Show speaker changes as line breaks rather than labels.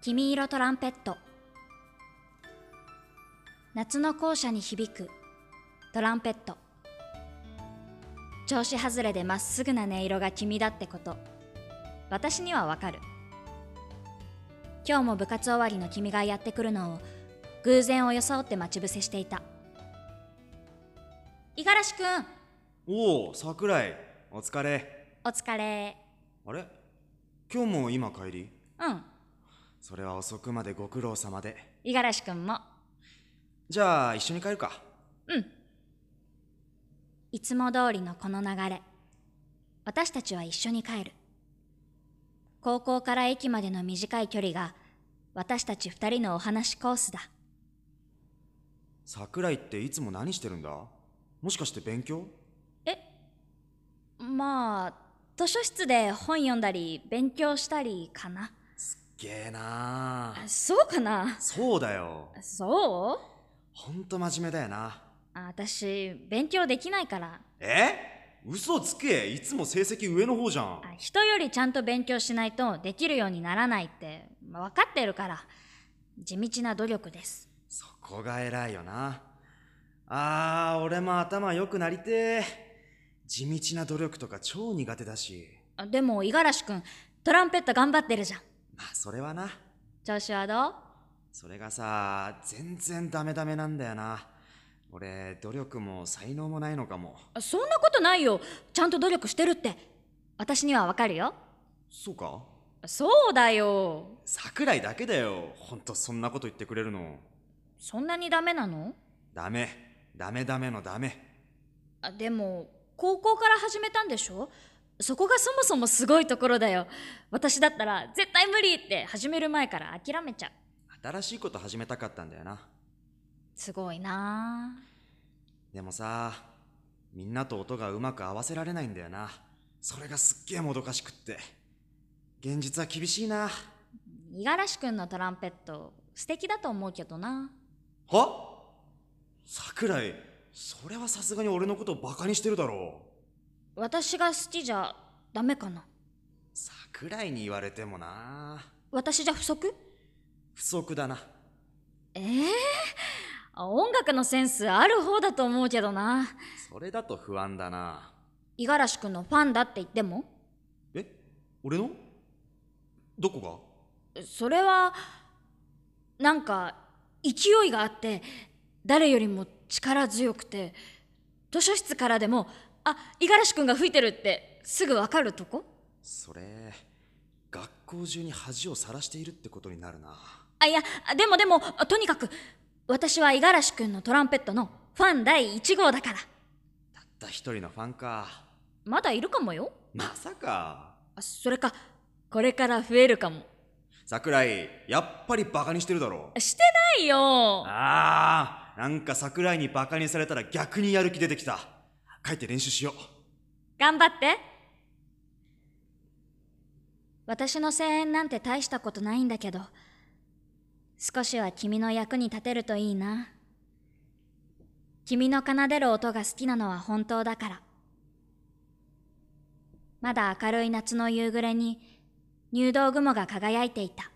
君色トランペット夏の校舎に響くトランペット調子外れでまっすぐな音色が君だってこと私にはわかる今日も部活終わりの君がやってくるのを偶然を装って待ち伏せしていた五十嵐君
おお桜井お疲れ
お疲れ
あれ今日も今帰り
うん
それは遅くまでご苦労様で
五十嵐君も
じゃあ一緒に帰るか
うんいつも通りのこの流れ私たちは一緒に帰る高校から駅までの短い距離が私たち二人のお話コースだ
桜井っていつも何してるんだもしかして勉強
まあ図書室で本読んだり勉強したりかな
げえなあ
そうかな
そうだよ
そう
ほんと真面目だよな
あ私勉強できないから
え嘘つけいつも成績上の方じゃん
あ人よりちゃんと勉強しないとできるようにならないってまあ分かってるから地道な努力です
そこが偉いよなあー俺も頭良くなりてえ地道な努力とか超苦手だし
あでも五十嵐君トランペット頑張ってるじゃん
まあそれはな
調子はどう
それがさ全然ダメダメなんだよな俺努力も才能もないのかも
あそんなことないよちゃんと努力してるって私には分かるよ
そうか
そうだよ
桜井だけだよほんとそんなこと言ってくれるの
そんなにダメなの
ダメダメダメのダメ
あでも高校から始めたんでしょそこがそもそもすごいところだよ私だったら絶対無理って始める前から諦めちゃう
新しいこと始めたかったんだよな
すごいなあ
でもさみんなと音がうまく合わせられないんだよなそれがすっげえもどかしくって現実は厳しいな
五十嵐君のトランペット素敵だと思うけどな
は桜井それはさすがに俺のことをバカにしてるだろう
私が好きじゃダメかな
桜井に言われてもな
私じゃ不足
不足だな
ええあ音楽のセンスある方だと思うけどな
それだと不安だな
五十嵐君のファンだって言っても
え俺のどこが
それはなんか勢いがあって誰よりも力強くて図書室からでも「あ五十嵐君が吹いてる」ってすぐわかるとこ
それ学校中に恥をさらしているってことになるな
あいやでもでもとにかく私は五十嵐君のトランペットのファン第1号だから
たった一人のファンか
まだいるかもよ
まさか
あそれかこれから増えるかも
桜井やっぱりバカにしてるだろ
してないよ
あーなんか桜井にバカにされたら逆にやる気出てきた帰って練習しよ
頑張って私の声援なんて大したことないんだけど少しは君の役に立てるといいな君の奏でる音が好きなのは本当だからまだ明るい夏の夕暮れに入道雲が輝いていた